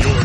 You're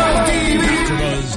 AfterBuzz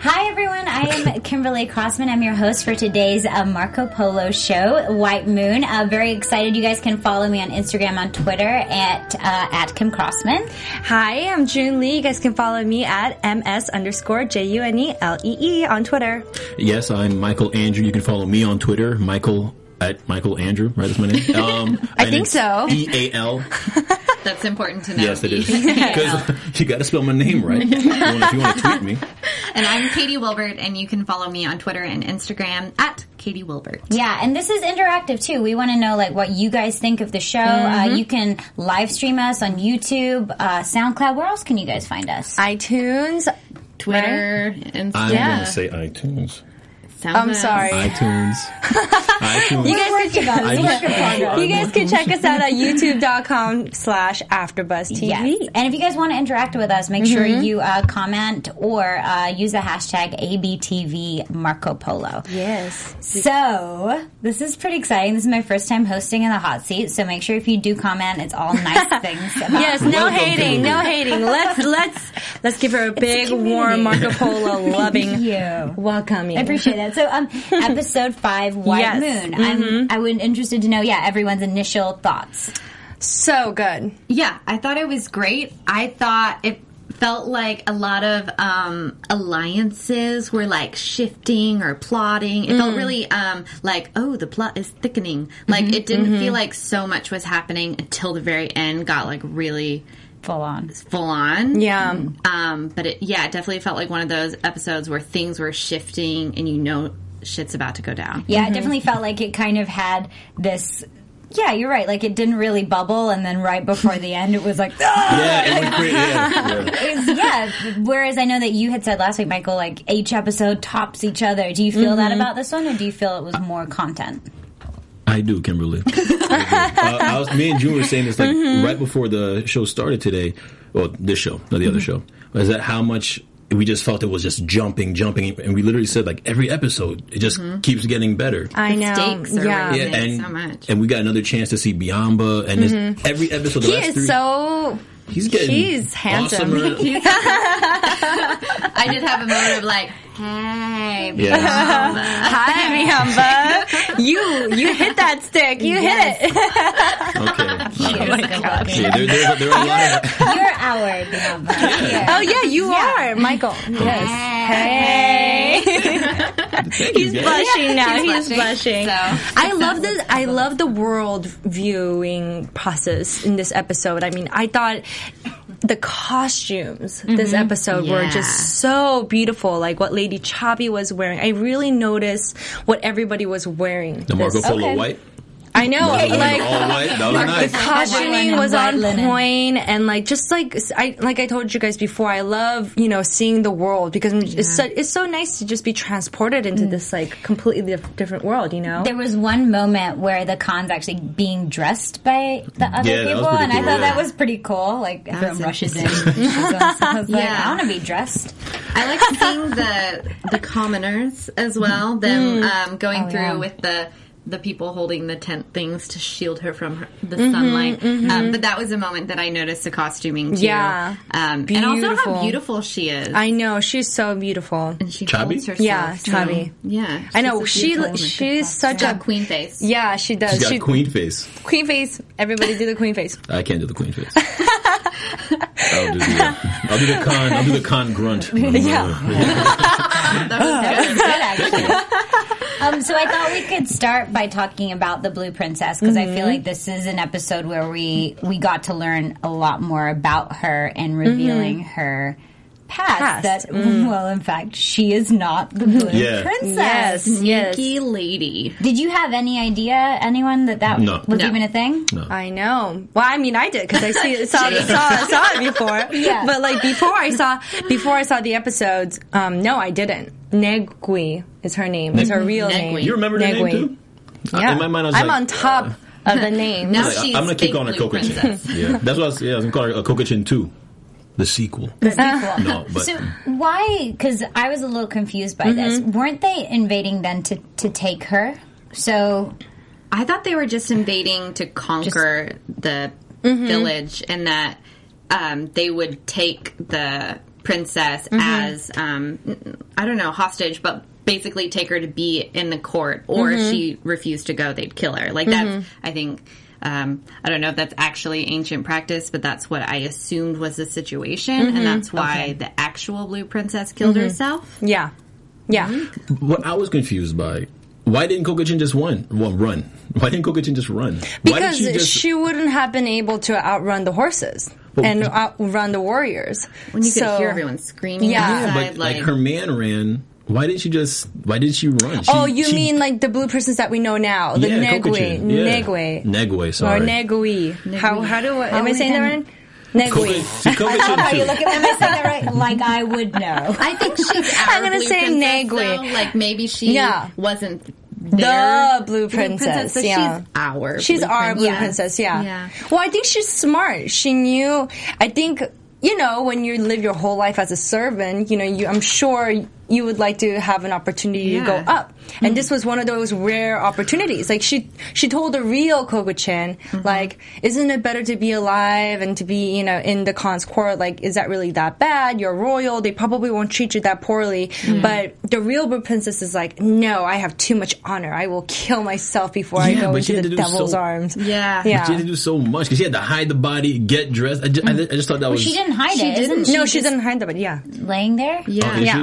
Hi everyone, I am Kimberly Crossman. I'm your host for today's uh, Marco Polo show, White Moon. Uh, very excited. You guys can follow me on Instagram, on Twitter at uh, at Kim Crossman. Hi, I'm June Lee. You guys can follow me at ms underscore j u n e l e e on Twitter. Yes, I'm Michael Andrew. You can follow me on Twitter, Michael at Michael Andrew. Right, that's my name. Um, I think so. E A L. That's important to know. Yes, it is. Because you got to spell my name right. If you wanna- if you want to tweet me, And I'm Katie Wilbert, and you can follow me on Twitter and Instagram at Katie Wilbert. Yeah, and this is interactive too. We want to know like what you guys think of the show. Uh, you can live stream us on YouTube, uh, SoundCloud. Where else can you guys find us? iTunes. Twitter, I'm Instagram. going to say iTunes. I'm sorry. iTunes. iTunes. you guys Working on it. I just- can, you guys can check us out at youtube.com slash AfterBuzz TV. Yes. And if you guys want to interact with us, make sure you uh, comment or uh, use the hashtag ABTV Marco Polo. Yes. So, this is pretty exciting. This is my first time hosting in the hot seat, so make sure if you do comment, it's all nice things. About Yes, no Welcome, hating, no hating. Let's let's let's give her a big, warm Marco Polo loving you. welcome. I appreciate that. So, um, episode five, White Yes. Moon. I'm, I would interested to know, yeah, everyone's initial thoughts. So good. Yeah, I thought it was great. I thought it felt like a lot of um, alliances were like shifting or plotting. It felt really um, like, oh, the plot is thickening. Like it didn't feel like so much was happening until the very end got like really Full on. full on. Yeah. Um, but it, yeah, it definitely felt like one of those episodes where things were shifting and you know shit's about to go down. Yeah, it definitely felt like it kind of had this. Yeah, you're right. Like it didn't really bubble, and then right before the end, it was like, "Ah!" yeah, it went great. Yeah. yeah. It's- yeah. Whereas I know that you had said last week, Michael, like each episode tops each other. Do you feel that about this one, or do you feel it was more content? I do, Kimberly. I, do. Uh, I was, me and June were saying this like Mm-hmm. right before the show started today. Well, this show, not the Mm-hmm. other show. Is that how much we just felt it was just jumping, jumping, and we literally said like every episode it just keeps getting better. Mm-hmm. I The know. stakes are yeah. raised. yeah, thanks and so much. and we got another chance to see Biamba, and this- every episode Mm-hmm. the He last is three, so he's getting he's handsome. awesomer. I did have a moment of like, hey, yeah. Hi, Mihamba. you you hit that stick. You hit it. Okay. Cheers. Good luck. Yeah, there, there, there are a lot of, You're our number. Oh yeah, you are, Michael. Yes. Hey. Thank you, He's guys. blushing now. He's, blushing. blushing. So- I love the I love the world viewing process in this episode. I mean, I thought the costumes this episode were Yeah. just so beautiful. Like what Lady Chabi was wearing. I really noticed what everybody was wearing. The Marco this- Polo Okay. white, I know. Marco Polo Like all white. That was nice. costuming White was linen, on white linen. point and like just like I like I told you guys before I love you know seeing the world because it's so, it's so nice to just be transported into this like completely dif- different world you know There was one moment where the con's actually being dressed by the other Yeah, that was people, pretty and I cool, thought yeah. that was pretty cool. Like everyone rushes in. I was like, Yeah. I want to be dressed. I like seeing the the commoners as well. Them um, going Oh, through yeah. with the the people holding the tent things to shield her from her, the sunlight. Um, but that was a moment that I noticed the costuming too. Yeah. um, and also Beautiful. how beautiful she is. I know she's so beautiful and she Chubby? holds herself. Mm. Yeah, so- chubby. Yeah, I know she's a she beautiful woman. she's such Got a queen face. yeah she does He's got she, queen face. queen face everybody do the queen face I can't do the queen face. I'll do the, uh, I'll do the con. I'll do the con grunt. Yeah. That was good, actually. Um, so I thought we could start by talking about the Blue Princess because I feel like this is an episode where we we got to learn a lot more about her and revealing her past, Past, that, well, in fact, she is not the Blue Yeah. Princess. Yes, yes. Sneaky lady. Did you have any idea, anyone, that that No. was No. even a thing? I know. Well, I mean, I did because I see, saw, saw, saw it before. Yeah. But like before I saw, before I saw the episodes, um, no, I didn't. Negui is her name. Is her real Negui. name. You remember the Negui. name too? Yeah. In my mind, I was am like, uh, on top of the name. Now I was like, she's I'm gonna keep calling her fake Blue Kokochin. Princess. yeah, that's what I was. Yeah, I was gonna call her uh, Kokochin two, the sequel. Sequel. No, Oh, but- so why? Because I was a little confused by this. Weren't they invading then to to take her? So I thought they were just Mm-hmm. invading to conquer the village and that um, they would take the princess as, um, I don't know, hostage, but basically take her to be in the court. Or if she refused to go, they'd kill her. Like, that's, I think. Um, I don't know if that's actually ancient practice, but that's what I assumed was the situation, and that's why the actual blue princess killed herself. Yeah. Yeah. What I was confused by. Why didn't Kokochin just run? Well, run. Why didn't Kokochin just run? Why Because did she she, just? wouldn't have been able to outrun the horses and outrun the warriors. When you So- could hear everyone screaming, Yeah. Yeah, yeah, outside, but like, her man ran. Why didn't she just? Why did she run? She- Oh, you she- mean like the blue princess that we know now, the Yeah, Negui, Kokochin, yeah. Negui, Negui, or sorry. Negui. How how do I, am I we saying that right? done- Negui. Kokochin, see, Kokochin are you two. looking at me saying that right? Like I would know. I think she's. Our I'm gonna blue say princess, Negri. though. Like maybe she Yeah. wasn't The there. blue princess, but yeah. she's our. She's blue our blue princess. princess, yeah. Yeah. Well, I think she's smart. She knew. I think you know when you live your whole life as a servant, you know, you, I'm sure you would like to have an opportunity to go Yeah. up. And Hmm. this was one of those rare opportunities. Like she, she told the real Koko Chan, Mm-hmm. like, isn't it better to be alive and to be, you know, in the Khan's court? Like, is that really that bad? You're royal. They probably won't treat you that poorly. Mm-hmm. But the real blue princess is like, no, I have too much honor. I will kill myself before I Yeah, go but she into had the to do so- devil's arms. Yeah. Yeah. She had to do so much because she had to hide the body, get dressed. I just, I just, I just thought that was She didn't hide it. didn't. Isn't she no, she's in Hyde, but yeah. laying there? Oh, Yeah. is Yeah.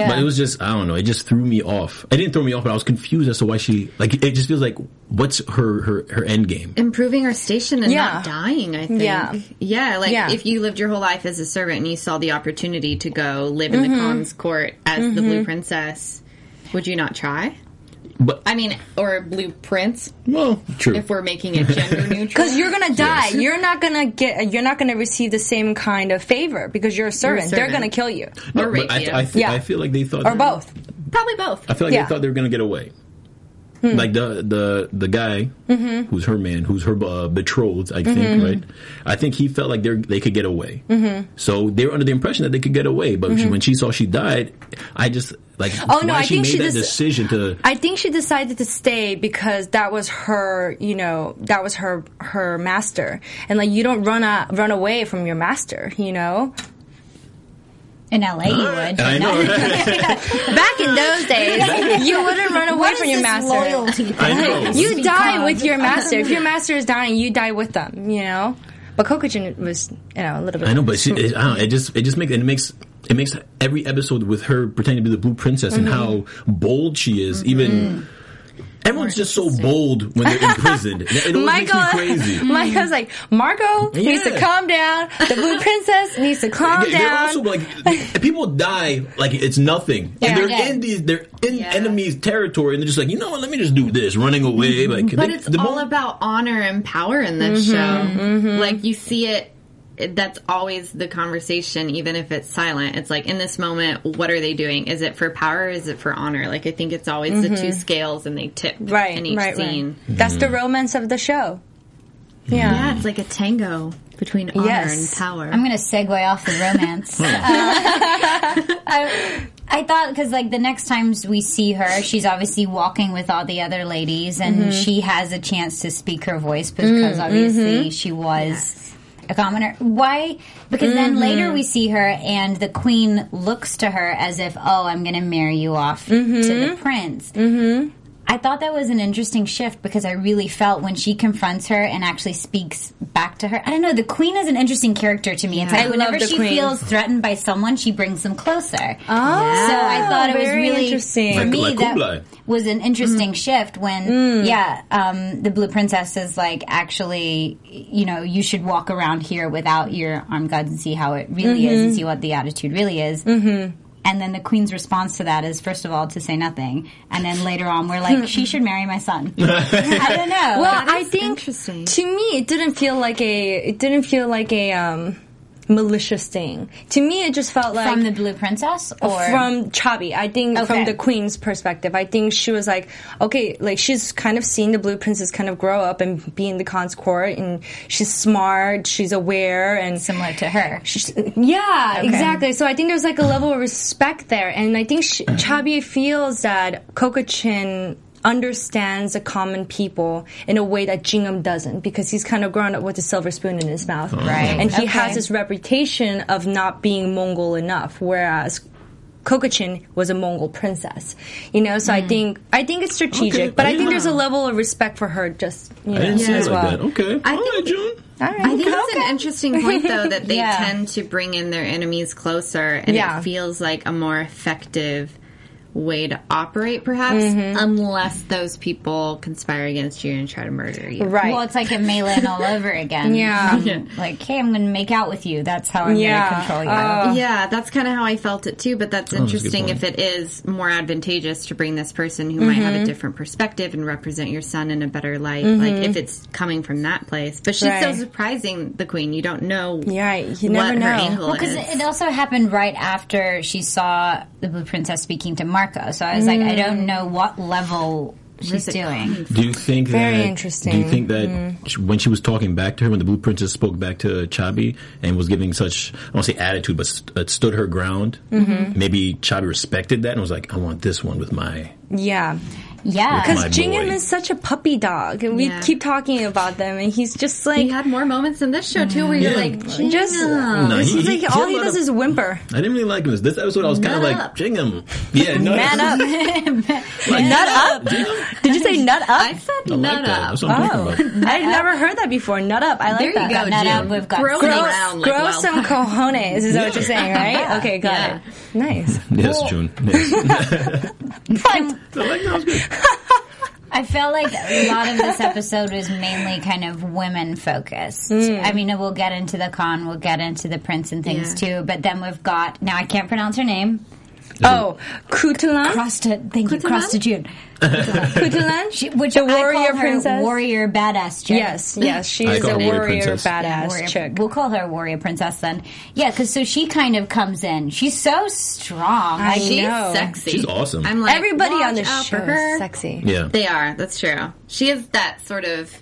she? But it was just I don't know. It just threw me off. It didn't throw me off, but I was confused as to why she like. It just feels like what's her her her end game? Improving her station and Yeah. not dying, I think. Yeah. Yeah, like Yeah. if you lived your whole life as a servant and you saw the opportunity to go live in the Mm-hmm. Khan's court as the Blue Princess, would you not try? But I mean, or Blue Prince, well, true. if we're making it gender neutral. Because you're gonna die. You're not gonna get. You're not gonna receive the same kind of favor because you're a servant. They're servant. gonna kill you No, Or but I, rape I, you. feel- Yeah. I feel like they thought or both. Probably both. I feel like Yeah. Hmm. they thought they were gonna get away. Like the the the guy Mm-hmm. who's her man, who's her uh, betrothed, I think, right? I think he felt like they they could get away. Mm-hmm. So they were under the impression that they could get away. But she, when she saw she died, I just like Oh, no, why I she think made she that just- decision to. I think she decided to stay because that was her. You know, that was her her master. And like, you don't run out, run away from your master. You know, In LA, you would. I know. right? back in those days, you wouldn't run away What from is your this master. loyalty I know. thing? You die Because- with your master. If your master is dying, you die with them. You know. But Kokujin was, you know, a little bit. I know, but she, it, I don't know, it just it just makes it makes it makes every episode with her pretending to be the blue princess and Mm-hmm. how bold she is. Even everyone's just so bold when they're imprisoned. It always makes me crazy. Michael's like, Margot needs to Yeah. calm down. The Blue Princess needs to calm They- They're down. also like people die like it's nothing, Yeah, and they're yeah. in these they're in Yeah. enemies' territory, and they're just like you know what? Let me just do this, running Mm-hmm. away. Like, But they- it's the all moment- about honor and power in this show. mm-hmm. Like you see it. it- That's always the conversation, even if it's silent. It's like in this moment, what are they doing? Is it for power? Or is it for honor? Like I think it's always the two scales, and they tip Mm-hmm. right, in each right, scene. right. That's Mm-hmm. the romance of the show. Yeah. Yeah, it's like a tango between honor Yes. and power. I'm going to segue off the romance. Uh, I, I thought because like the next times we see her, she's obviously walking with all the other ladies, and she has a chance to speak her voice because obviously she was. A commoner. Why? Because then later we see her, and the queen looks to her as if, "Oh, I'm going to marry you off to the prince." I thought that was an interesting shift because I really felt when she confronts her and actually speaks back to her. I don't know. The queen is an interesting character to me. It's Yeah. like I whenever love the she queen. feels threatened by someone, she brings them closer. Oh, so I Yeah. thought it was Very really interesting. Mm. for Like- me like that Kublai. was an interesting shift when yeah, um, the blue princess is like actually you know you should walk around here without your armed guards and see how it really Mm-hmm. is and see what the attitude really is. Mm-hmm. And then the queen's response to that is, first of all, to say nothing, and then later on, we're like, she should marry my son. I don't know. Well, I think interesting. to me it didn't feel like a it didn't feel like a um malicious thing. To me it just felt like from the blue princess, or from Chabi, I think Okay. from the queen's perspective, I think she was like, okay, like she's kind of seen the blue princess kind of grow up and be in the cons court, and she's smart, she's aware, and similar to her. She's- yeah, exactly. So I think there's like a level of respect there, and I think sh Chabi feels that Kokochin understands the common people in a way that Jingham doesn't because he's kind of grown up with a silver spoon in his Oh. mouth, Right. And he Okay. has this reputation of not being Mongol enough, whereas. Kokochin was a Mongol princess, you know. So I think I think it's strategic, Hmm. Okay. but I think Yeah. there's a level of respect for her, just you know, I didn't see it as like well. that. Okay. I All think- right, June. All right, I think okay. it's an interesting point, though, that they Yeah. tend to bring in their enemies closer, and Yeah. it feels like a more effective way to operate, perhaps, Mm-hmm. unless those people conspire against you and try to murder you. right. Well, it's like in Mayland all over again. Yeah. Um, Like, hey, I'm going to make out with you. That's how I'm Yeah. going to control you. Yeah, that's kind of how I felt it too. But that's that's Oh, a good interesting point. if it is more advantageous to bring this person who might have Mm-hmm. a different perspective and represent your son in a better light. Like if it's coming from that place. But she's so Mm-hmm. Right. surprising, the queen. You don't know. Yeah, you never what her know. angle Well, because is. it also happened right after she saw the Blue Princess speaking to Marco. So I was like, I don't know what level she's Where's it doing. Do you think Very that, interesting. Mm-hmm. Do you think that sh- when she was talking back to her, when the Blue Princess spoke back to Chabi and was giving such, I don't say attitude, but st- uh, stood her ground, Mm-hmm. maybe Chabi respected that and was like, I want this one with my. yeah. Yeah. Because- My Because Jingham boy. is such a puppy dog, and we Yeah. keep talking about them, and he's just like, We had more moments in this show too, where you're Yeah. like, Like, just "Gina." No, it's he- just he- like all he he let does him- Oh, is whimper. I didn't really like him. This- This episode, I was kind of Nut like, up. Jingham. Yeah, no, Man up, Like, nut up. Did you say nut I up? said I like nut that. up. That's what I'm Oh. talking about. I've Oh. never heard that before. Nut up. I like There you that. go, Nut Jim. up, we've got Grow gross- around like Grow wildfire. some cojones is what you're saying, right? Yeah. Okay, got Yeah. it. Nice. Yes, June. Yes. But I like that. It was good. I felt like a lot of this episode was mainly kind of women focused. Hmm. I mean, we'll get into the con, we'll get into the prince and things Yeah. too, but then we've got, now I can't pronounce her name. Oh, Kutulan, Crosta, thank you, Krista Crosta June. Kutulan, She, which the I call warrior her princess. warrior badass chick. Yes, yes, she I is call a her warrior warrior princess. badass warrior- chick. We'll call her a warrior princess then. Yeah, because so she kind of comes in. She's so strong. I she, She's No. sexy. She's awesome. I'm like Everybody on watch the out show for her. is sexy. Yeah. They are. That's true. She is that sort of.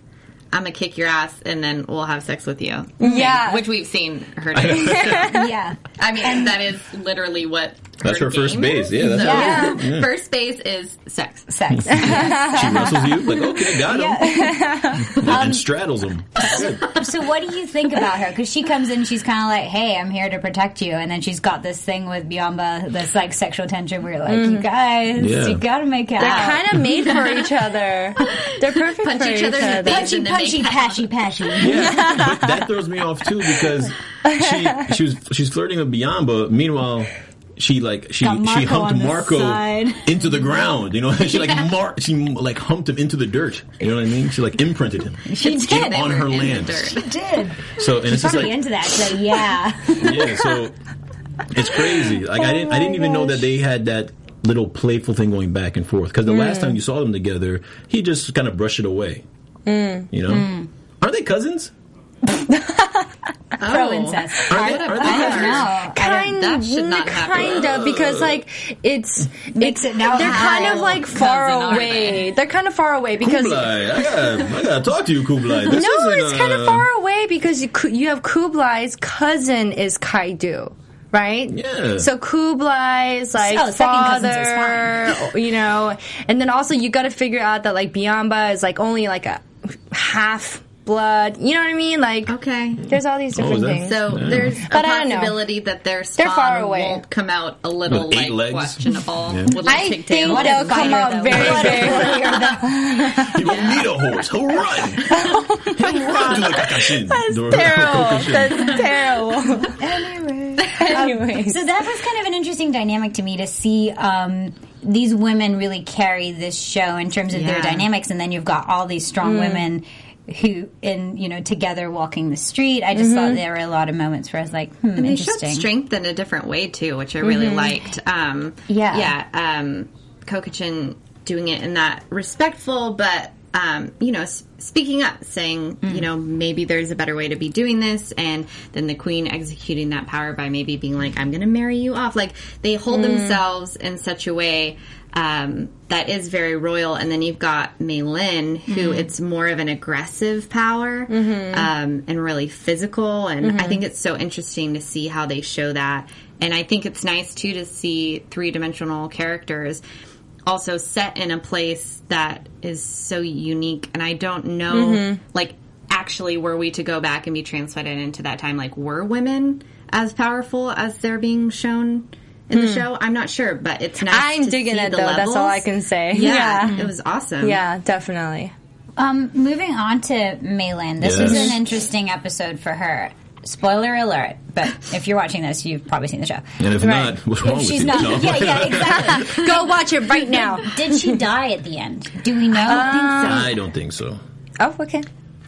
I'm gonna kick your ass, and then we'll have sex with you. Yeah. which we've seen her. do. yeah. I mean, that is literally what. That's her first game base. is. Yeah, that's So- Yeah. First base is sex. Sex. She wrestles you. Like, okay, got him. Um, and straddles him. Good. so what do you think about her? Because she comes in, she's kind of like, "Hey, I'm here to protect you," and then she's got this thing with Biomba, this like sexual tension. Where you're like, Mm-hmm. "You guys, Yeah. you gotta make out." They're kind of made for each other. They're perfect Punch for each other in the face. punchy, and then punchy, make pashy, pashy. Yeah, but that throws me off too because she she was she's flirting with Biamba. Meanwhile, she like she Got Marco she on humped the Marco side. into the ground. You know, she like mar- she like humped him into the dirt. You know what I mean? She like imprinted him. She did. on They were her in the land. dirt. Did So and it's just probably like into that? She's like, yeah. yeah. So it's crazy. Like I didn't I didn't even know that they had that little playful thing going back and forth because the last time you saw them together, he just kind of brushed it away. You know, aren't they cousins? Oh. Pro incest. Are they, What are a they I cousins? don't know. Kind that should not happen. kind of because like it's it's it now they're how kind of like far cousin, aren't away. They're kind of far away because Kublai, I gotta, I gotta talk to you, Kublai. This no, isn't, it's kind of uh, far away because you, Ku- you have Kublai's cousin is Kaidu. Right? Yeah. So Kublai is like Oh, second cousins is father, you know, and then also you got to figure out that like Biamba is like only like a half blood. You know what I mean? Like, Okay. there's all these different is that- things. So Yeah. there's a But I don't know. possibility that their spawn They're far away. won't come out a little With eight legs? like questionable. Yeah. With, like, I think pigtails. they'll What a come fire, out though. very, very. You don't need a horse. He'll run. He'll run to a kakashin. That's terrible. That's terrible. anyway. Anyways. So that was kind of an interesting dynamic to me to see um, these women really carry this show in terms of their Yeah. Mm. dynamics, and then you've got all these strong women who, in you know, together walking the street. I just thought there were a lot of moments where I was like, hmm, Mm-hmm. They showed interesting. strength in a different way too, which I really Mm-hmm. liked. Um, Yeah. yeah. Um, Kokuchin doing it in that respectful, but um, you know, s- speaking up, saying you know maybe there's a better way to be doing this, and then the queen executing that power by maybe being like, "I'm going to marry you off." Like they hold themselves in such a way. Um, that is very royal, and then you've got Mei Lin, who it's more of an aggressive power um, and really physical. And I think it's so interesting to see how they show that. And I think it's nice too to see three dimensional characters also set in a place that is so unique. And I don't know, Mm-hmm. like, actually, were we to go back and be translated into that time, like, were women as powerful as they're being shown? In the show, I'm not sure, but it's nice. Hmm. I'm to digging see it the though. That's all I levels. can say. Yeah, yeah. it was awesome. Yeah, definitely. Um, moving on to Mayland, this was Yes. an interesting episode for her. Spoiler alert! But if you're watching this, you've probably seen the show. And if Right. not, what's wrong with She's you? not. No. Yeah, yeah, exactly. Go watch it right now. Did she die at the end? Do we know? Um, I don't think so. Oh, okay.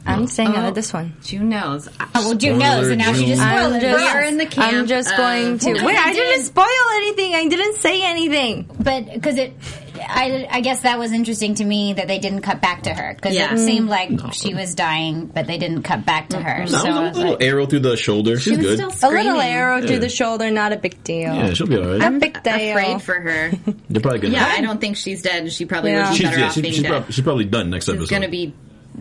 I'm staying out Oh. of this one. June knows. oh, well, June Spoiler, knows, and now she June. just spoiled I'm it. just, for us. in the camp I'm just of- going to. Well, Wait, you I didn't did. spoil anything. I didn't say anything. But because it, I, I guess that was interesting to me that they didn't cut back to her because Yeah. it seemed like she was dying, but they didn't cut back to her. So That was I a was little like, arrow through the shoulder. She's She was good. still A screaming. little arrow through Yeah. the shoulder, not a big deal. yeah, she'll be all right. big deal. Afraid for her. They're probably good. Yeah, I don't think she's dead. She probably Yeah. would be She's, better yeah, off she- being she's, dead. prob- she's probably done next She's episode. gonna be.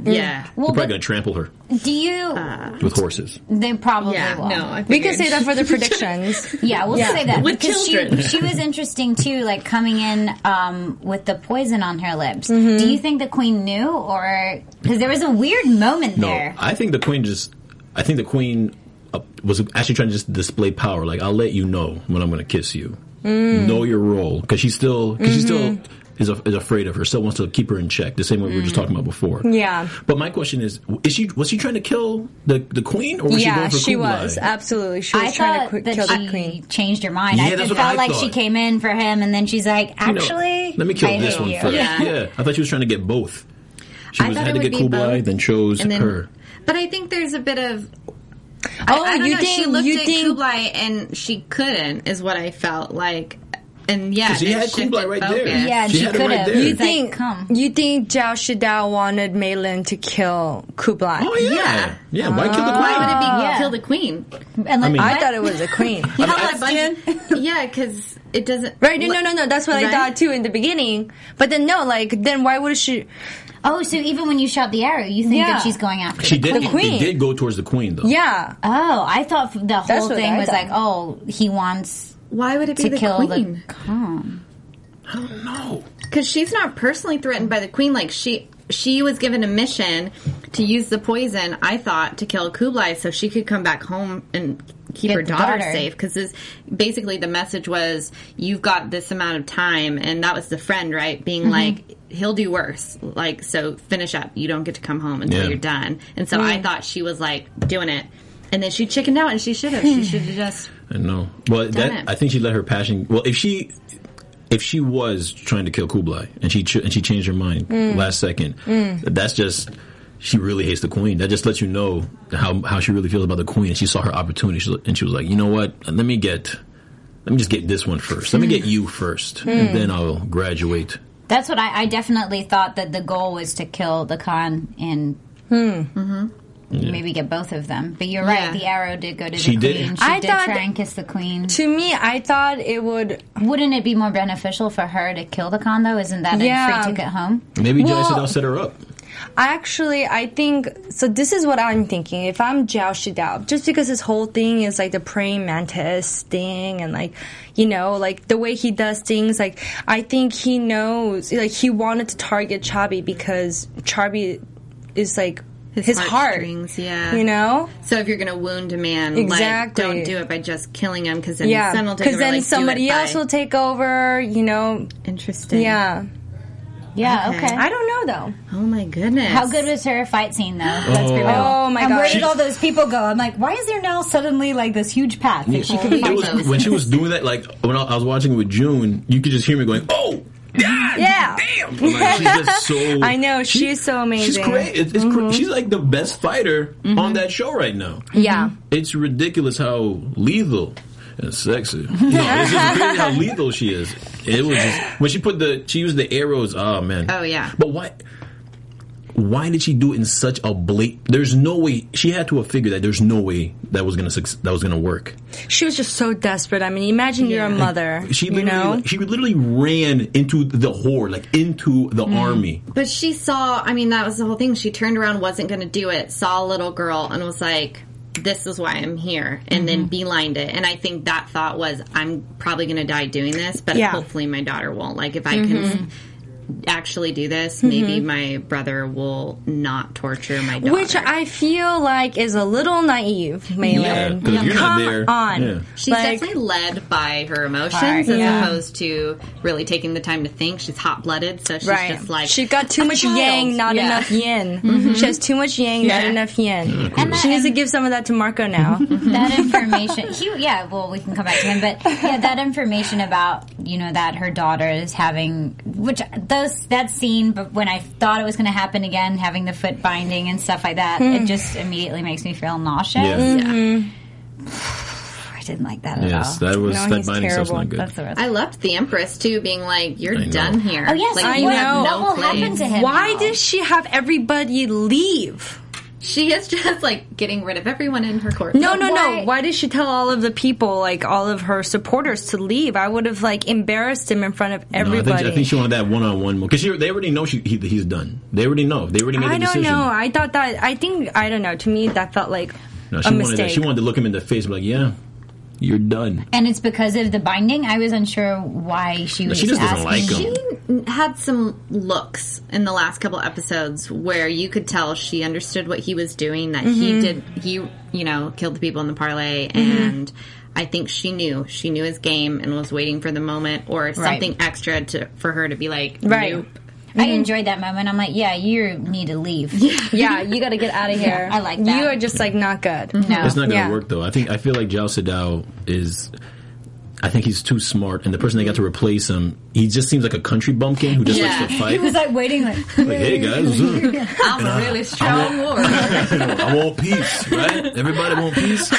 Yeah. They're well, probably but gonna trample her do you? with horses. they probably Yeah. will. No. I We could figured. say that for the predictions. Yeah, we'll say that With because she children. she was interesting too, like coming in um, with the poison on her lips. Do you think the queen knew, or because there was a weird moment No, there? I think the queen just. I think the queen uh, was actually trying to just display power. Like I'll let you know when I'm going to kiss you. Know your role because she's still because she still is, af- is afraid of her. Still wants to keep her in check. The same way we were just talking about before. Yeah. But my question is: Is she was she trying to kill the the queen or was she yeah, going for she Kublai? was absolutely. She was I trying to thought quick that kill she the queen. changed her mind. Yeah, I that's it what felt I like thought. she came in for him, and then she's like, You know, "Actually, let me kill I this hate one you. first. Yeah. I thought she was trying to get both. She I was, thought had to it would get be Kublai, both. then chose And then- her. But I think there's a bit of. Oh, I don't you know, think she looked you at think Kublai and she couldn't, is what I felt like. And yeah, She it had Kublai shifted right focus. there. Yeah, and she, she had it could've. right there. You you He's like, think "Come." you think Zhao Shidao wanted Mei Lin to kill Kublai? oh yeah, yeah. Yeah. why kill the queen? Why would it be Yeah. kill the queen? And like, mean- I thought it was a queen. Have a bunch of- yeah, because it doesn't. Right? No, no, no, no. That's what I Right? thought too in the beginning. But then no, like then why would she? oh, so even when you shot the arrow, you think Yeah. that she's going after She the did. queen. queen. It did go towards the queen, though. Yeah, Oh, I thought the whole what thing I was thought. like, oh, he wants Why would it be to the kill queen? the calm. I don't know. Because she's not personally threatened by the queen. Like she, she was given a mission to use the poison. I thought to kill Kublai so she could come back home and keep Get her the daughter, daughter. safe. Because this basically the message was you've got this amount of time, and that was the friend right being Mm-hmm. like he'll do worse. Like so, finish up. You don't get to come home until Yeah. you're done. And so Mm. I thought she was like doing it, and then she chickened out, and she should have. she should have just. I know. Well, that it. I think she let her passion. Well, if she if she was trying to kill Kublai and she ch- and she changed her mind Mm. last second, that's just she really hates the queen. That just lets you know how how she really feels about the queen. And she saw her opportunity, she, and she was like, you know what? Let me get. Let me just get this one first. Mm. Let me get you first, and then I'll graduate. That's what I, I definitely thought that the goal was to kill the Khan and Mm-hmm. maybe get both of them. But you're right, Yeah. the arrow did go to the She queen. did. She I did thought try that- and kiss the queen. to me, I thought it would. Wouldn't it be more beneficial for her to kill the Khan though? Isn't that Yeah. a free ticket home? Maybe Well- Jai said I'll set her up. Actually, I think so. This is what I'm thinking. If I'm Zhao Shidao, just because his whole thing is like the praying mantis thing, and like you know, like the way he does things, like I think he knows. Like he wanted to target Chabi because Chabi is like his, heart. heartstrings, yeah. You know? So if you're going to wound a man, Exactly. like, don't do it by just killing him because then his son yeah. will take over. then like, do somebody it by- else will take over, you know? Interesting. Yeah. Yeah, Okay. okay. I don't know though. Oh my goodness. How good was her fight scene though? Let's be Oh. real. Oh, my and where gosh. did all those people go? I'm like, why is there now suddenly like this huge path that she could It fight? was- those? when she was doing that, like when I I was watching with June, you could just hear me going, "Oh, yeah, Yeah. damn!" Like, she's just so. I know, she's so She's amazing. Mm-hmm. great. It's, it's cra- She's like the best fighter on that show right now. Yeah. It's ridiculous how lethal and sexy. No, it's just crazy how lethal she is. It was just, when she put the she used the arrows. Oh man. Oh, yeah. But why? Why did she do it in such a bleak? There's no way she had to have figured that there's no way that was gonna suc- that was gonna work. She was just so desperate. I mean, imagine you're a mother. She you literally, know? she literally ran into the horde, like into the Mm. army. But she saw, I mean, that was the whole thing. She turned around, wasn't going to do it, saw a little girl, and was like, this is why I'm here, and then Mm-hmm. beelined it. And I think that thought was, I'm probably going to die doing this, but Yeah. Mm-hmm. hopefully my daughter won't. Like, if I can actually do this, maybe my brother will not torture my daughter. Which I feel like is a little naive, Maylin. because you're not Come there. on. Yeah. She's Like- definitely led by her emotions Right, as yeah. opposed to really taking the time to think. She's hot blooded, so she's Right. just like she got too "I'm a much child." Mm-hmm. yang, not Yeah. enough yin. She has too much yang, not Yeah. enough yin. And she that- needs to give some of that to Marco now. that information he yeah well we can come back to him but yeah that information about you know that her daughter is having which those that scene but when i thought it was going to happen again having the foot binding and stuff like that Hmm. it just immediately makes me feel nauseous Oh, Yeah. i didn't like that at Yes, all that was No, that he's binding stuff's terrible. not good. that's the worst I loved the Empress too, being like, "You're I know. done here." oh yes like, I know. you have what no will place. happen to him Why now? did she have everybody leave? She is just like getting rid of everyone in her court. No, no, why- no. Why did she tell all of the people, like all of her supporters, to leave? I would have like embarrassed him in front of No, I, everybody. think, I think she wanted that one on one because they already know she, he, he's done. They already know. They already made I a don't decision. know. I thought that. I think I don't know. To me, that felt like No, she a wanted mistake. That, she wanted to look him in the face, and be like, "Yeah, you're done." and it's because of the binding i was unsure why she was she just doesn't asking like him. She had some looks in the last couple episodes where you could tell she understood what he was doing. That he did, he you know killed the people in the parlay, and I think she knew. She knew his game and was waiting for the moment or something extra to for her to be like, Right. nope. i enjoyed that moment i'm like yeah you need to leave yeah, you got to get out of here. I like that. You are just like not good. no It's not going to Yeah. work though. I think I feel like Jao Sedao is. I think he's too smart, and the person they got to replace him, he just seems like a country bumpkin who just likes to Yeah. fight. he was like waiting like like, hey guys, I'm a really strong warrior I want peace, right? Everybody want peace.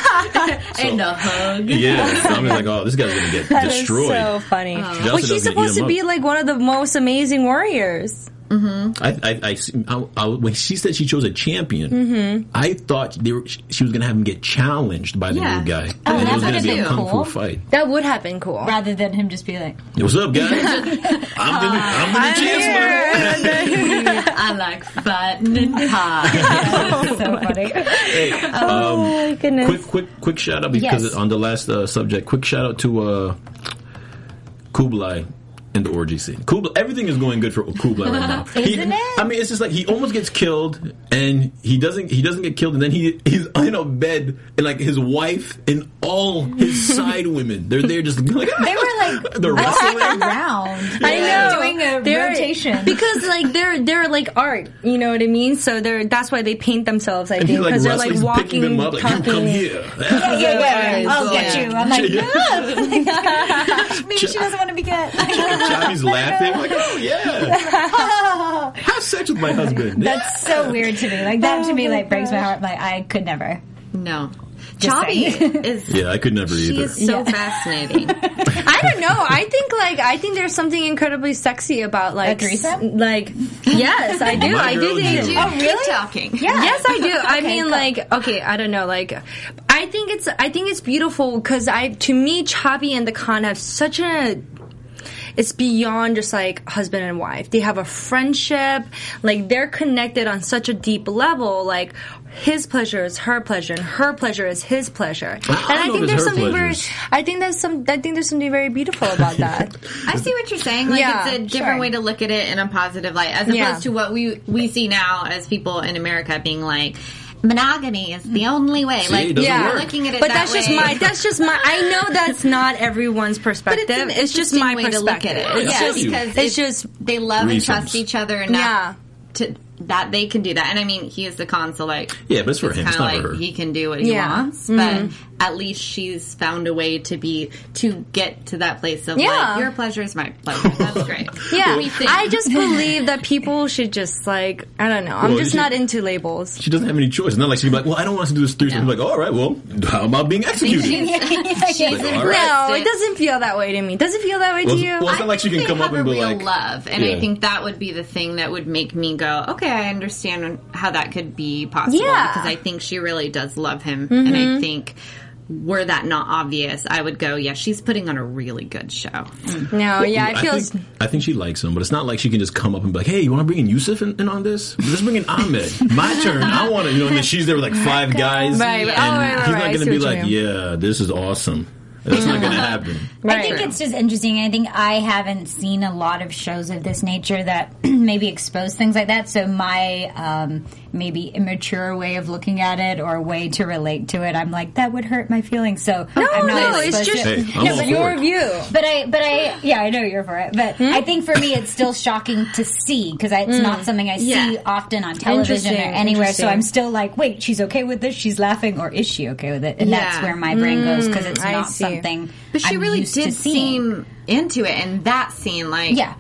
and a hug. Yeah, so I'm just like, oh, this guy's gonna get That is destroyed. so funny. Justin well, he's doesn't E eat supposed him to be up. like one of the most amazing warriors. I, I, I, I- I- when she said she chose a champion, I thought they were, she was gonna have him get challenged by the Yeah. new guy, Oh, and it that was gonna would've be a been kung cool. fu fight. That would have been cool. rather than him just be like What's up, guys? I'm the, I'm the chancellor. I like fun and pie. so funny. Hey, um, Oh, goodness. quick, quick, quick shout out because Yes. on the last uh, subject, quick shout out to uh, Kublai. In the orgy scene, Kublai, everything is going good for Kublai right now. He- Isn't it? I mean, it's just like he almost gets killed, and he doesn't. He doesn't get killed, and then he he's in a bed, and like his wife and all his side women, they're there just like They were like they're wrestling. round. I know doing a They're- rotation. because like they're they're like art, you know what I mean. So they're that's why they paint themselves. I And think he's like because they're like wrestling, picking walking, them up, like you talking. come here. yeah, yeah, yeah, yeah. I'll get you. I'm like, no. Maybe she doesn't want to be get. Johnny's laughing like, oh yeah, have sex with my husband. That's so weird to me. Like that to me, like breaks my heart. Like I could never. No. Just saying. Chabi is yeah, I could never she either. is so fascinating. I don't know. I think like I think there's something incredibly sexy about like A threesome? s- like yes, I do. My I girl do think. Jew. Oh, really? talking. Yeah. Yes, I do. I Okay, mean, cool. like, okay, I don't know, like, I think it's, I think it's beautiful because I, to me, Chabi and the Khan have such a, it's beyond just like husband and wife. They have a friendship, like they're connected on such a deep level. Like his pleasure is her pleasure, and her pleasure is his pleasure. I don't and I know think if it's there's her something pleasures. very, I think that's some, I think there's something very beautiful about that. I see what you're saying. Like Yeah, it's a different sure. way to look at it in a positive light, as opposed Yeah. to what we we see now as people in America being like, monogamy is the only way. it like doesn't yeah, work. looking at it. but that that's just way. my that's just my i know that's not everyone's perspective an it's, just my interesting way to look perspective at it. it's Yeah, just because it's, it's- just they love Reasons. and trust each other enough Yeah. to that they can do that. And I mean, he is the consul, like Yeah, but it's for him. kind It's of not like for her. he can do what he Yeah. Mm-hmm. wants, but at least she's found a way to be to get to that place of Yeah. like your pleasure is my pleasure. That's great. yeah We think. i just believe that people should just like i don't know i'm Well, just you- not into labels She doesn't have any choice. It's not like she'd be like, well, I don't want us to do this Thursday. She'd be like, all right, well, how about being executed? She's all embraced right. no it it. doesn't feel that way to me does it feel that way Well, to you well, It's I not like she think can they come up have a and be real like- love, and Yeah. I think that would be the thing that would make me go, okay, I understand how that could be possible Yeah. because I think she really does love him, and Mm-hmm. I think were that not obvious, I would go, yeah, she's putting on a really good show. Mm. no yeah it I feels think, I think she likes him, but it's not like she can just come up and be like, "Hey, you want to bring in Yusuf in, in on this? Let's bring in Ahmed. My turn. I want to." You know, and then she's there with like five guys, Right, right. and Oh, right, right, he's right. I not going see to be what like, you mean. "Yeah, this is awesome." That's not going to happen. I think Right. it's just interesting. I think I haven't seen a lot of shows of this nature that maybe expose things like that. So my um, maybe immature way of looking at it or way to relate to it, I'm like that would hurt my feelings. So no I'm not no it's exposed to just it. Hey, I'm all no, but for your it. view But I, but I, yeah, I know you're for it. But Hmm? I think for me, it's still shocking to see because it's not something I see Yeah. often on television or Interesting, anywhere. So interesting. I'm still like, wait, she's okay with this? She's laughing, or is she okay with it? And that's Yeah. where my brain goes because it's Hmm, I not see. something. But she I'm really used to did seeing. seem into it, and that scene, like, yeah.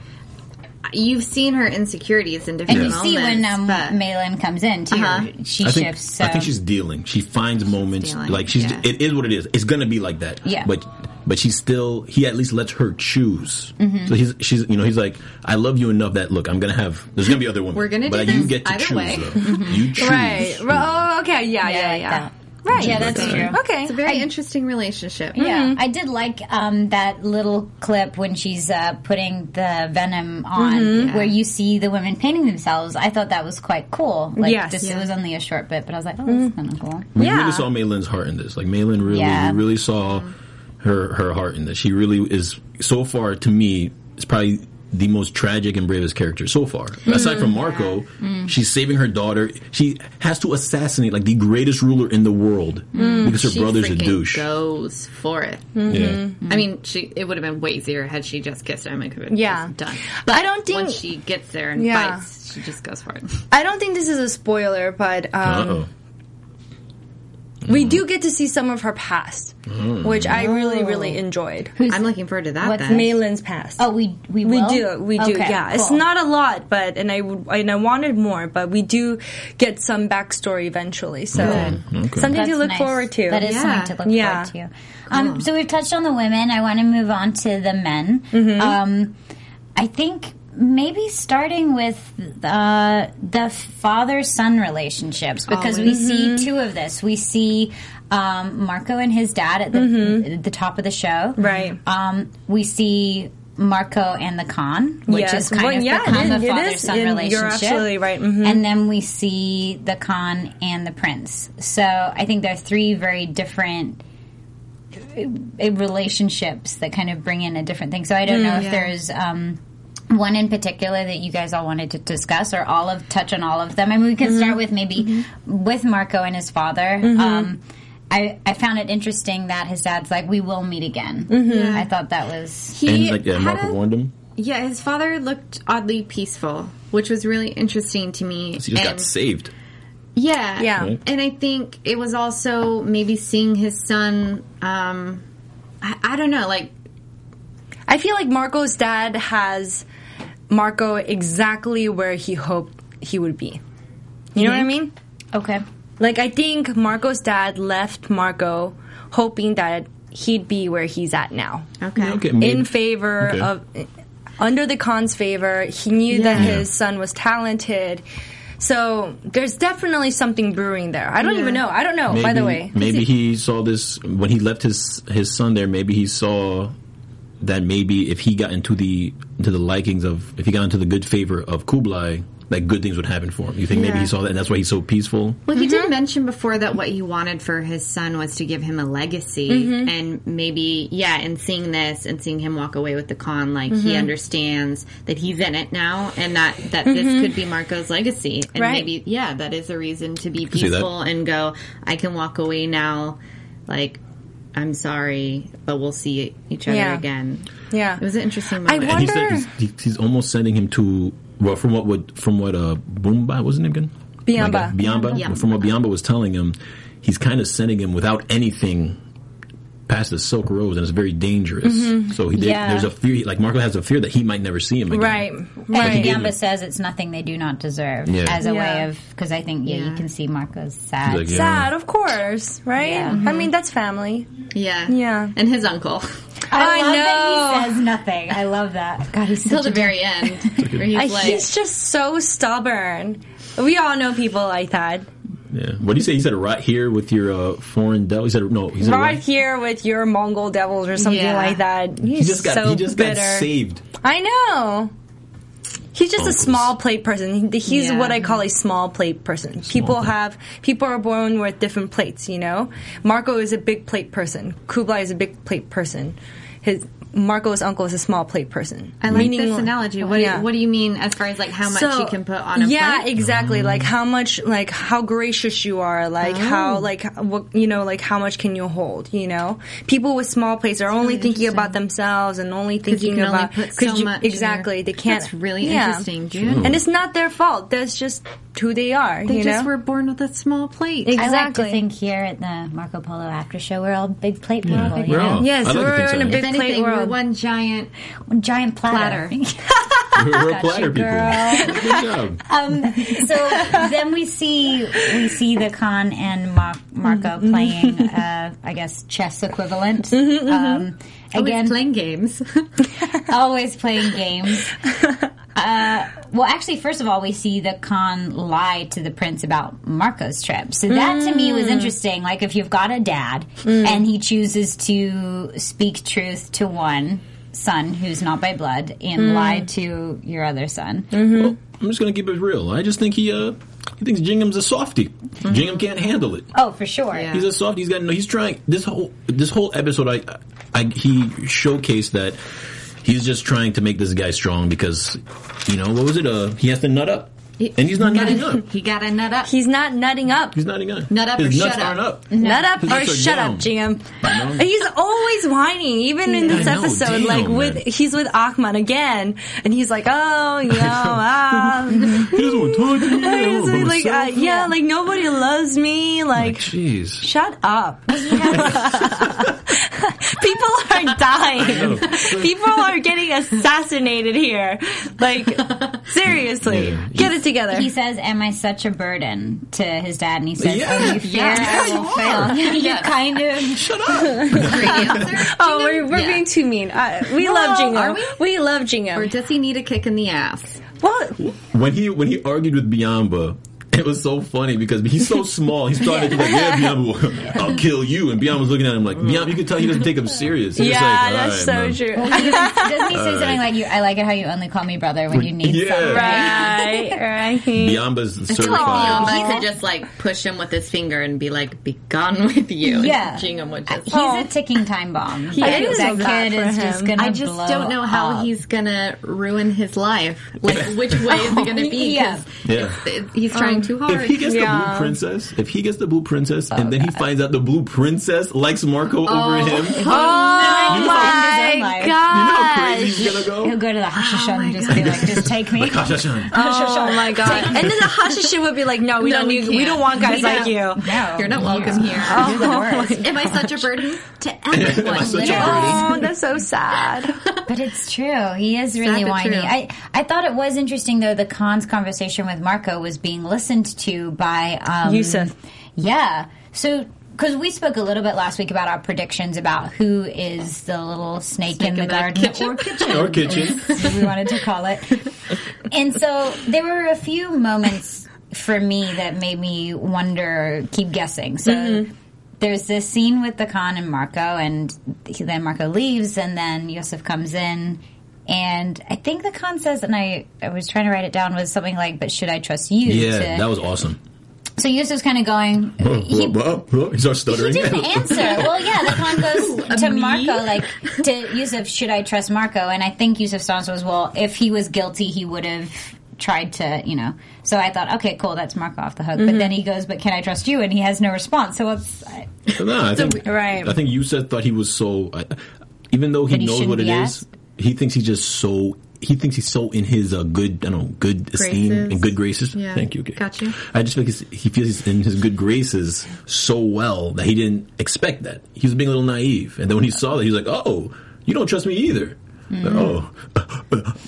you've seen her insecurities in different And you moments. see when um, but- Malin comes in too, Uh-huh. she I think, shifts. So. I think she's dealing. She finds moments dealing, like she's. yeah. It is what it is. It's gonna be like that. Yeah. But but she's still. He at least lets her choose. Mm-hmm. So he's she's you know he's like I love you enough that look I'm gonna have there's gonna be other women. We're gonna but do you this get to either choose. way. Though. you choose. right Mm. oh okay yeah I yeah like yeah that. right Yeah, that's Okay. true. okay it's a very interesting relationship. Mm-hmm. Yeah, I did like um, that little clip when she's uh, putting the venom on, Mm-hmm. where you see the women painting themselves. I thought that was quite cool. Like, Yes. this, Yeah. Mm-hmm. it was only a short bit, but I was like, oh, that's kind of cool. We Yeah. really saw Maylin's heart in this. Like Maylin really, Yeah. we really saw her her heart in this. She really is so far to me is probably the most tragic and bravest character so far. Mm-hmm. Aside from Marco, Mm. she's saving her daughter. She has to assassinate like the greatest ruler in the world because her She brother's a Mm. freaking Mm-hmm. douche. goes for it. Yeah. Mm-hmm. I mean, she it would have been way easier had she just kissed him and could have Yeah. just done. But I don't think- once she gets there and Yeah. fights, she just goes for it. I don't think this is a spoiler, but um, Uh-oh. Mm. we do get to see some of her past, which I really, really enjoyed. I'm looking forward to that. What's then. Malin's past. Oh, we we we will? do, we do. Okay, yeah, it's cool. not a lot, but and I would- and I wanted more, but we do get some backstory eventually. So okay. something to That's look nice. forward to. That is Yeah. something to look Yeah. forward to. Um, So we've touched on the women. I want to move on to the men. Mm-hmm. Um, I think maybe starting with uh, the father-son relationships because we Mm-hmm. see two of this. We see um, Marco and his dad at the, at the top of the show. Mm-hmm. Right. Um, we see. Marco and the Khan, which Yes. is kind Well, of yeah, it become is- a it father is son in- you're relationship. absolutely right. Mhm. And then we see the Khan and the Prince. So I think there are three very different uh, relationships that kind of bring in a different thing. So I Mm, don't know if yeah. there's um, one in particular that you guys all wanted to discuss or all of touch on all of them. I mean, we can Mm-hmm. start with maybe with Marco and his father. Um, I, I found it interesting that his dad's like, we will meet again. Mm-hmm. I thought that was. And He like yeah, had Marco a- warned him. Yeah, his father looked oddly peaceful, which was really interesting to me. He just got And- saved. Yeah. Yeah. Right. And I think it was also maybe seeing his son um I, I don't know, like I feel like Marco's dad has Marco exactly where he hoped he would be. You know what I mean? Okay. Like I think Marco's dad left Marco hoping that he'd be where he's at now. okay. Okay, maybe- in favor Okay. of under the Khan's favor. He knew that Yeah. his son was talented. So there's definitely something brewing there. I don't even know. I don't know. Oh, by the way, maybe he saw this when he left his his son there. Maybe he saw that maybe if he got into the into the likings of if he got into the good favor of Kublai, like good things would happen for him. You think maybe Yeah. he saw that and that's why he's so peaceful? Well, he Mm-hmm. did mention before that what he wanted for his son was to give him a legacy, Mm-hmm. and maybe yeah. And seeing this and seeing him walk away with the con, like Mm-hmm. he understands that he's in it now, and that that this could be Marco's legacy, and Mm-hmm. Right. maybe yeah, that is a reason to be see that. peaceful and go. I can walk away now, like. I'm sorry, but we'll see each other Yeah. again. Yeah. It was an interesting I moment. And he's, Wonder- he's, he's he's almost sending him to well from what would from what uh Boomba was his name again? Biamba. Like, uh, Biamba. Yeah. From what Biamba was telling him, he's kind of sending him without anything past the Silk Road, and it's very dangerous. Mm-hmm. So he did, Yeah. there's a fear, like Marco has a fear that he might never see him again. Right. And Right. Gamba says it's nothing they do not deserve Yeah. as a Yeah. way of because I think yeah, you Yeah. can see Marco's sad. Like, yeah. Sad, of course, right? Yeah. I mean, that's family. yeah. Yeah. And his uncle. I, I love that know. he says nothing. I love that. God, he's Till such the a very end. Where he's I, like, he's just so stubborn. We all know people like that. Yeah. What do you say? He said right here with your uh, foreign devil. He said no. He said Right here with your Mongol devils or something Yeah. like that. He's He just got so he just bitter. got saved. I know. He's just Uncles. a small plate person. He- He's Yeah. what I call a small plate person. people plate. have people are born with different plates, you know. Marco is a big plate person. Kublai is a big plate person. His Marco's uncle is a small plate person. I like Meaning- this analogy. What, Yeah. do, what do you mean as far as like how much So- you can put on a yeah plate? exactly like Mm. how much like how gracious you are like Oh. how like what you know like how much can you hold you know people with small plates are only thinking about themselves and only you thinking can only about put 'cause so you- much in exactly your- they can't That's really yeah. interesting, Hmm. dude. and it's not their fault that's just who they are They you just know were born with a small plate. Ex- I like to Exactly. think here at the Marco Polo after show, we're all big plate people. Yeah. you We're know? all- yes I like to we're in think a so. big if anything, plate we're world one giant. Giant platter. We're platter people. girl. Good job. um, so then we see we see the Khan and Mar- Marco playing, uh, I guess, chess equivalent. Um, Again, again, oh, playing games. always playing games. Uh, well, actually, first of all, we see the Khan lie to the prince about Marco's trip. So that to me was interesting. Like, if you've got a dad and he chooses to speak truth to one son who's not by blood and lie to your other son, Well, Oh, I'm just gonna keep it real. I just think he uh he thinks Jingham's a softy. Jingham can't handle it. oh, for sure. Yeah. He's a soft. He's got no. He's trying this whole this whole episode. I, I he showcased that he's just trying to make this guy strong because you know what was it? Uh, he has to nut up, and he's not nutting up. He got a nut up. he's not nutting up He's nutting up. Nut up His or nuts shut up. aren't up. Nut up His or nuts are shut up, down. GM. I know. He's always whining, even in this I know, episode. damn, like with man. he's with Ahmad again, and he's like, oh, you know, ah. He doesn't want to talk to me. I don't He's want to like, myself. uh, yeah, like nobody loves me. Like, Jeez. shut up. People are dying. People are getting assassinated here. Like, seriously, Yeah. get it together. He says, "Am I such a burden to his dad?" And he says, Yeah. "Oh, you fear Yeah. I will fail." you kind of. Shut up. oh, we're, we're Yeah. being too mean. Uh, we love Jingo. are we? love Jingo. Or does he need a kick in the ass? Well, when he when he argued with Biamba. It was so funny because he's so small. He's starting to be like, "Yeah, Biamba, I'll kill you." And Biamba's looking at him like, "Biamba, you can tell he doesn't take him serious." He's just yeah, like, "All that's right, so true. man." Doesn't he say something like, "You, I like it how you only call me brother when you need Yeah. something." right, right. Biamba's Like, Um, certified. Mama could just like push him with his finger and be like, "Be gone with you." Yeah. And Gingham would just. He's a ticking time bomb. He is. That Bad kid for is just him. gonna. I just blow don't know how Uh, up. he's gonna ruin his life. Like, which way is it gonna be? 'Cause Yeah. it's- he's trying too hard. Oh. If he gets the Yeah. blue princess, if he gets the blue princess, and then he finds out the blue princess likes Marco over him, you know Oh You my my God. how crazy gosh. he's gonna He'll go. go to the Hashishon and just be like, "Just take me." Gosh, that's him. Oh my god! And then the Hashishin would be like, "No, we No, don't we need, we can't. don't want guys We like don't- you." No, You're not welcome here. You're the worst. Am I such a burden to Am everyone? I such a Literally. burden? Oh, that's so sad. But it's true. He is really Sad but whiny. true. I, I thought it was interesting though. The Khan's conversation with Marco was being listened to by um, Yusuf. Yeah. So because we spoke a little bit last week about our predictions about who is the little snake, in the, in the garden kitchen. or kitchen, Or kitchen. as we wanted to call it. And so there were a Mm-hmm. few moments for me that made me wonder, keep guessing. So there's this scene with the Khan and Marco, and he, then Marco leaves, and then Yosef comes in. And I think the Khan says, and I, I was trying to write it down, was something like, but should I trust you? Yeah, to-" that was awesome. so Yosef's kind of going, he, he starts he stuttering. didn't answer. Well, yeah, the Khan goes to me? Marco, like, to Yusuf, should I trust Marco? And I think Yusuf's answer was, well, if he was guilty, he would have tried to, you know. So I thought, okay, cool, that's Marco off the hook. But Mm-hmm. then he goes, but can I trust you? And he has no response. So it's, no, I think, Right. I think you said thought he was so. I even though he That he knows what shouldn't it be is, asked? he thinks he's just so. He thinks he's so in his uh, good, I don't know, good esteem Graces. and good graces. Yeah. Thank you. okay. Gotcha. I just think he's, he feels he's in his good graces so well that he didn't expect that. He was being a little naive, and then when he saw that, he was like, "Oh, you don't trust me either." Oh, Mm-hmm.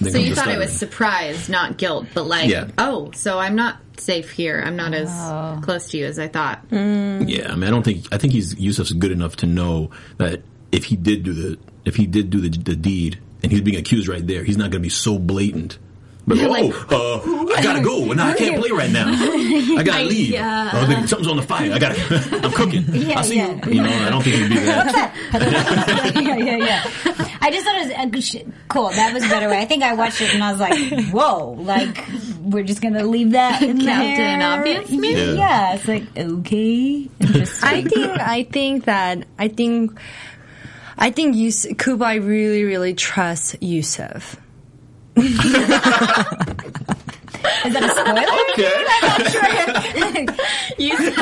So you thought I was surprised, not guilt, but like, Yeah. oh, so I'm not safe here. I'm not as close to you as Oh. I thought. Yeah, I mean, I don't think I think he's Yusuf's good enough to know that if he did do the if he did do the, the deed and he's being accused right there, he's not going to be so blatant. But oh, like- uh, I gotta go. No, I can't play right now. I gotta leave. Oh, there- something's on the fire. I gotta. I'm cooking. I'll see yeah. you. You know, I don't think he'd be that. yeah, yeah, yeah. I just thought it was a good sh- cool. That was a better way. I think I watched it and I was like, whoa, like, we're just going to leave that in Captain there. Obvious, maybe? Yeah. Yeah. it's like, okay. Interesting. I think I think that I think I think Yus- Kubai really really trusts Yusuf. Is that a spoiler? Okay. You set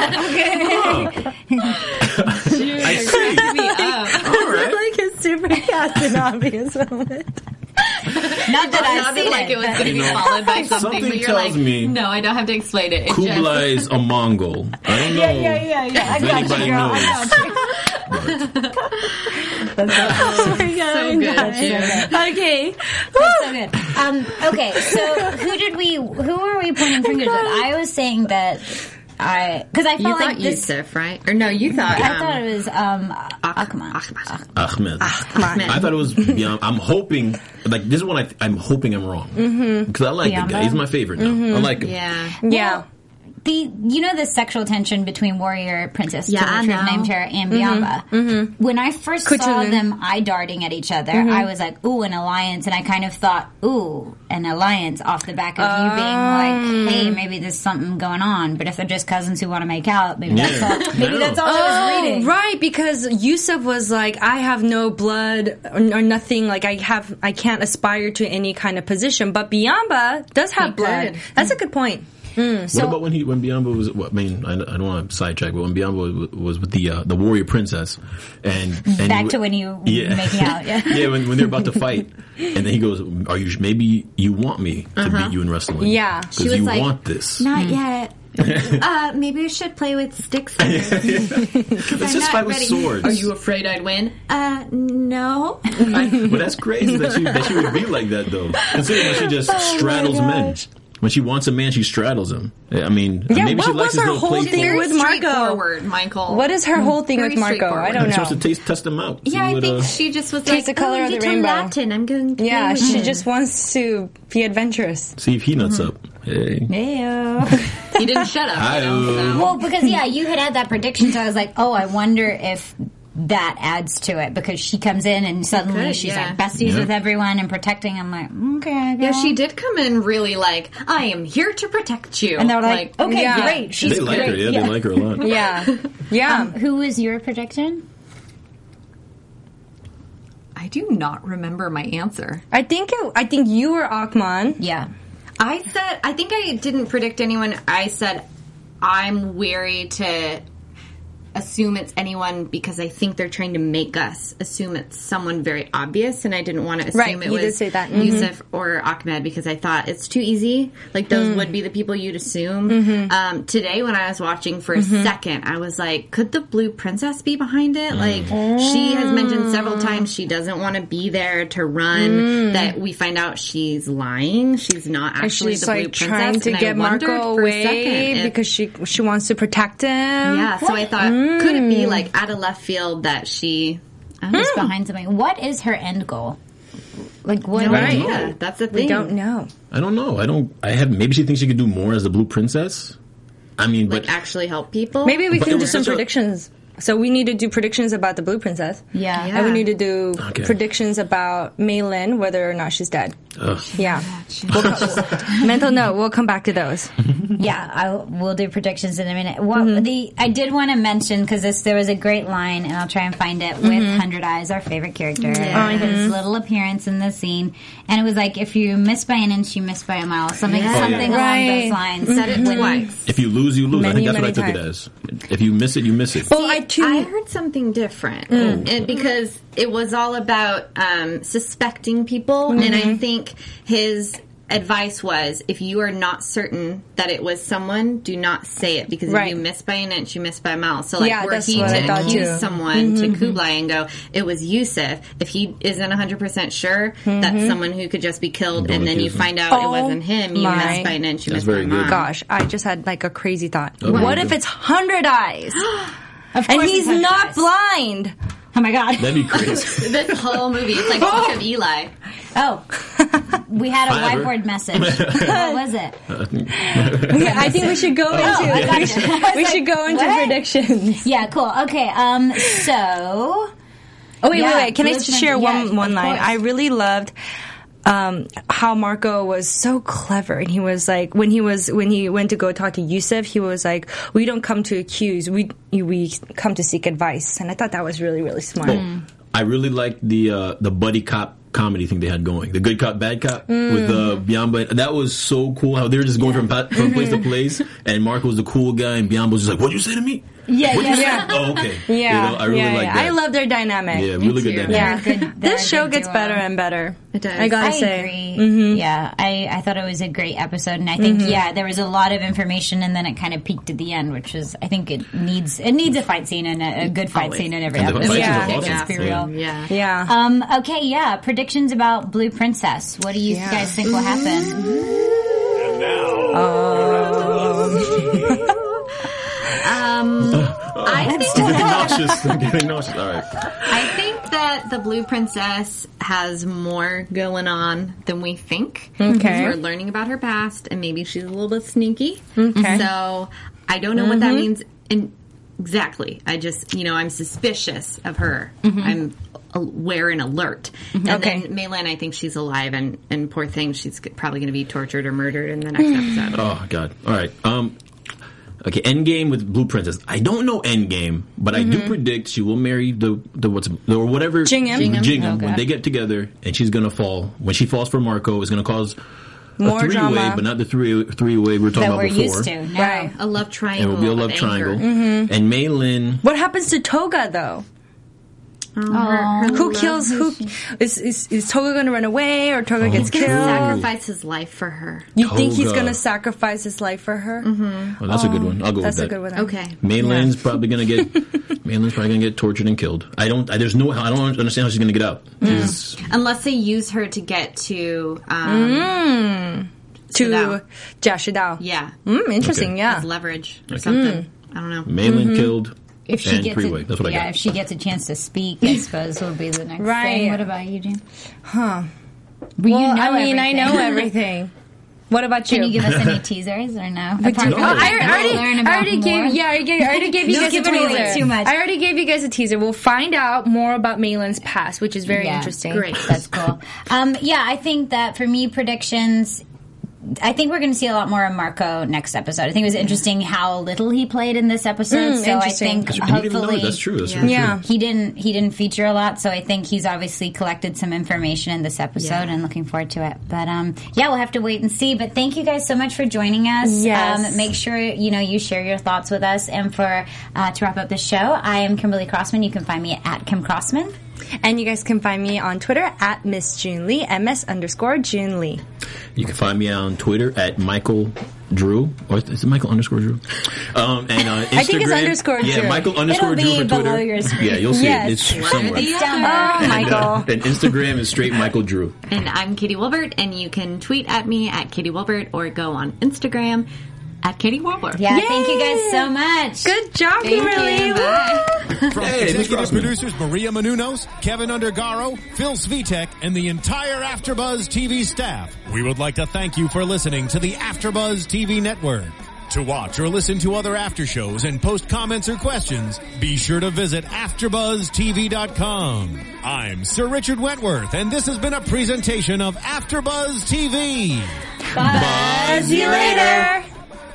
I see. me up. All right. Like a super captain, obvious moment. Not that I've Sounded seen like it was going to be know, followed by something, something but you're tells like, me no, I don't have to explain it. It just, Kublai is a Mongol. I don't know. Yeah, yeah, yeah, yeah. I got If you, anybody girl. I knows. got you. Oh my god! So good, Jim. Okay. so good. Um, okay, so who did we? Who were we pointing fingers at? I was saying that I because I felt you like thought this. Yusuf, right? Or no, you thought. I um, thought it was um, Ach- Akman. Ahmad. Ahmed. Ahmed. I thought it was. Beyond, I'm hoping, like this is one. I, I'm hoping I'm wrong because I like the guy. Biyombo? He's my favorite now. I like him. Yeah. Yeah. The you know the sexual tension between warrior princess Yeah, yeah, I know. Mm-hmm, named her and Biamba. When I first saw Kutulun. them eye darting at each other, Mm-hmm. I was like, "Ooh, an alliance," and I kind of thought, "Ooh, an alliance." Off the back of you being like, Um. "Hey, maybe there's something going on," but if they're just cousins who want to make out, maybe Yeah. that's all. Yeah. Maybe that's all Oh. I was reading. Right, because Yusuf was like, I have no blood or, or nothing. Like I have, I can't aspire to any kind of position. But Biamba does have blood. could. That's a good point. What about when he when Biombo was? Well, I mean, I, I don't want to sidetrack, but when Biombo was, was with the uh, the warrior princess, and, and Back to when you Yeah. making out, yeah. yeah, when, when they're about to fight, and then he goes, "Are you? Maybe you want me to beat you in wrestling? Yeah. She because was you like, want this. Hmm. Not yet. uh, maybe we should play with sticks. Let's Let's just fight with swords. Are you afraid I'd win? Uh, no. I- but that's crazy that she that she would be like that though. Considering when she Oh just straddles men. When she wants a man, she straddles him. I mean, maybe she what likes was his her little whole playful. thing Thing with Marco. Straightforward, Michael. What is her whole thing Mm. Very with Marco? I straightforward. don't supposed to know. taste, test him out. Yeah, See I what, think uh, she just was Taste like, the color oh, of the little rainbow." Latin. I'm going. to Yeah, go she with just wants to be adventurous. see if he nuts Mm-hmm. up. Hey. Ew. it. He didn't shut up. you know, so. Well, because yeah, you had had that prediction, so I was like, oh, I wonder if that adds to it because she comes in and suddenly could, she's yeah. like besties Yeah. with everyone and protecting. I'm like, okay, Yeah, girl. she did come in really like, I am here to protect you. And they're like, okay, yeah. great, she's They like great. Um, her. Yeah, they like her a lot. Yeah, yeah. Um, Who was your prediction? I do not remember my answer. I think it, I think you were Akman. Yeah. I said, I think I didn't predict anyone. I said, I'm wary to assume it's anyone because I think they're trying to make us assume it's someone very obvious, and I didn't want to assume Right, it you was did say that. Mhm. Yusuf or Ahmed because I thought it's too easy. Like those Mm. would be the people you'd assume. Mm-hmm. Um, today, when I was watching for a second, I was like, could the blue princess be behind it? Like she has mentioned several times she doesn't want to be there to run. Mm. That we find out she's lying. She's not actually Actually, the she's blue like princess. trying to and I get Marco wondered for a away second if- because she she wants to protect him. yeah, so I thought, could it Mm. be like out of left field that she? I don't Who's behind something? What is her end goal? Like what? know. Right. Yeah, that's the thing. we don't know. I don't know. I don't. I have. Maybe she thinks she could do more as the Blue Princess. I mean, Like but actually help people. Maybe we But it can do was some such a- predictions. So we need to do predictions about the Blue Princess. Yeah. And we need to do Okay. predictions about Mei Lin, whether or not she's dead. Ugh. Yeah. We'll co- mental note. We'll come back to those. Yeah, I we'll do predictions in a minute. What Mm-hmm. the I did want to mention because this there was a great line, and I'll try and find it with Mm-hmm. Hundred Eyes, our favorite character, Yeah. and his little appearance in the scene, and it was like if you miss by an inch, you miss by a mile, something Yeah. something Oh, yeah. along those Right. lines. Said Mm-hmm. it When- twice. If you lose, you lose. I Many, think that's what I many took it as. If you miss it, you miss it. Well, I too. I heard something different, Mm. and because it was all about um, suspecting people, and Mm-hmm. I think his advice was if you are not certain that it was someone, do not say it because Right. if you miss by an inch, you miss by a mile. So like Yeah, were that's he what I to thought accuse too. Mm-hmm. someone to Kublai and go, it was Yusuf. If he isn't hundred percent sure, that's someone who could just be killed, Don't and then you accuse him. find out Mm-hmm. Oh it wasn't him. You my missed by an inch, you That's missed by very a good. mile. gosh, I just had like a crazy thought. Oh, my what God. if it's Hundred Eyes? Of and course it's he's Hundred not Eyes. blind. Oh my god! That'd be crazy. This whole movie, it's like Book of Eli. Oh, we had a However. whiteboard message. what was it? Yeah, I think we should Oh, go into. I gotcha. I was We like, should go into what? predictions. Yeah, cool. Okay, um, so Oh wait, Yeah, wait, wait! Can I Blue just share Princess- one yeah, one of line? course. I really loved um, how Marco was so clever, and he was like, when he was when he went to go talk to Yusuf, he was like, "We don't come to accuse, we we come to seek advice." And I thought that was really really smart. Oh, I really liked the uh, the buddy cop comedy thing they had going. The good cop, bad cop with uh, Biamba. That was so cool how they were just going from from, from place to place, and Mark was the cool guy, and Biamba was just like, "What you say to me?" yeah, What yeah, you yeah. say? Oh, okay. Yeah, You know, I really yeah, like yeah. that. I love their dynamic. Yeah, really good too. dynamic. Yeah. They're good- they're this a show good gets duo. better and better. It does. I gotta I say. agree. Yeah, I, I thought it was a great episode, and I think yeah, there was a lot of information, and then it kind of peaked at the end, which was I think it needs it needs a fight scene and a, a good fight Always. scene in every And the fight episode. scenes Yeah. are Yeah. awesome. Let's be real. Yeah. Yeah. Um, okay, yeah. Predictions about Blue Princess. What do you guys think will happen? I think I'm getting nauseous. I'm getting nauseous. All right. I think that the Blue Princess has more going on than we think. Okay. We're learning about her past, and maybe she's a little bit sneaky. Okay. Mm-hmm. So I don't know what that means. In exactly, I just you know I'm suspicious of her. I'm aware and alert. And Mm-hmm. Okay. then Maylin, I think she's alive, and and poor thing, she's probably going to be tortured or murdered in the next Mm. episode. Oh God! All right. Um. Okay. Endgame with Blue Princess. I don't know Endgame, but I do predict she will marry the the what's or whatever Jingham. Jingham. Oh, God. when they get together, and she's gonna fall. When she falls for Marco, it's gonna cause a More three way, drama. but not the three three way we were talking That about we're before. used to. No. Right. A love It triangle. will be a of love anger. triangle. And Mei Lin. What happens to Toga though? Her- her Who love kills who? Is, is, is Toga going to run away or Oh, Toga gets can killed? Sacrifice his life for her. You think he's Toga. going to sacrifice his life for her? Oh, that's a good one. I'll go That's with a that. good one. Okay. Mei Lin's probably gonna get Mei Lin's probably gonna get tortured and killed. I don't. I, there's no. I don't understand how she's gonna get out. She's- Unless they use her to get to, um, Mm. To Shadao. Jia Shidao. yeah, Mm, interesting, Okay. yeah. as leverage or something. Mm. I don't know. Mei Lin killed. If she and gets three-way. a, That's what I yeah, got. if she gets a chance to speak, I suppose will be the next Right. thing. What about you, Jim? Huh. Well, Well, you know I mean, I everything. know everything. what about you? Can you give us any teasers or no? Oh, I, already, learn I about already more. gave, yeah, I already gave, I already gave you You're guys a giving away teaser. too much. I already gave you guys a teaser. We'll find out more about Maylin's past, which is very Yeah. interesting. Great. That's cool. Um, yeah, I think that for me, predictions. I think we're going to see a lot more of Marco next episode. I think it was interesting how little he played in this episode. Mm, so I interesting. think I didn't even know hopefully that. That's true. That's Yeah. really Yeah. he didn't he didn't feature a lot. So I think he's obviously collected some information in this episode Yeah. and looking forward to it. But um, yeah, we'll have to wait and see. But thank you guys so much for joining us. Yes. Um, make sure you know you share your thoughts with us. And for uh, to wrap up the show, I am Kimberly Crossman. You can find me at Kim Crossman. And you guys can find me on Twitter at Miss June Lee, MS underscore June Lee. You can find me on Twitter at Michael Drew, or is it Michael underscore Drew? Um, and on Instagram, I think it's underscore yeah, Drew. Michael underscore It'll Drew be for Twitter. below your screen. Yeah, you'll see Yes. it. It's somewhere. Yeah. Down there. Oh, And, uh, Michael. and Instagram is straight Michael Drew. And I'm Katie Wilbert, and you can tweet at me at Katie Wilbert or go on Instagram at Katie Wilbert. Yeah, Yay! thank you guys so much. Good job, Thank Kimberly. you. Woo! Bye. From Hey, Miss executive Rossman. producers Maria Menounos, Kevin Undergaro, Phil Svitek, and the entire AfterBuzz TV staff, we would like to thank you for listening to the AfterBuzz TV network. To watch or listen to other after shows and post comments or questions, be sure to visit AfterBuzzTV.com. I'm Sir Richard Wentworth, and this has been a presentation of AfterBuzz TV. See you later.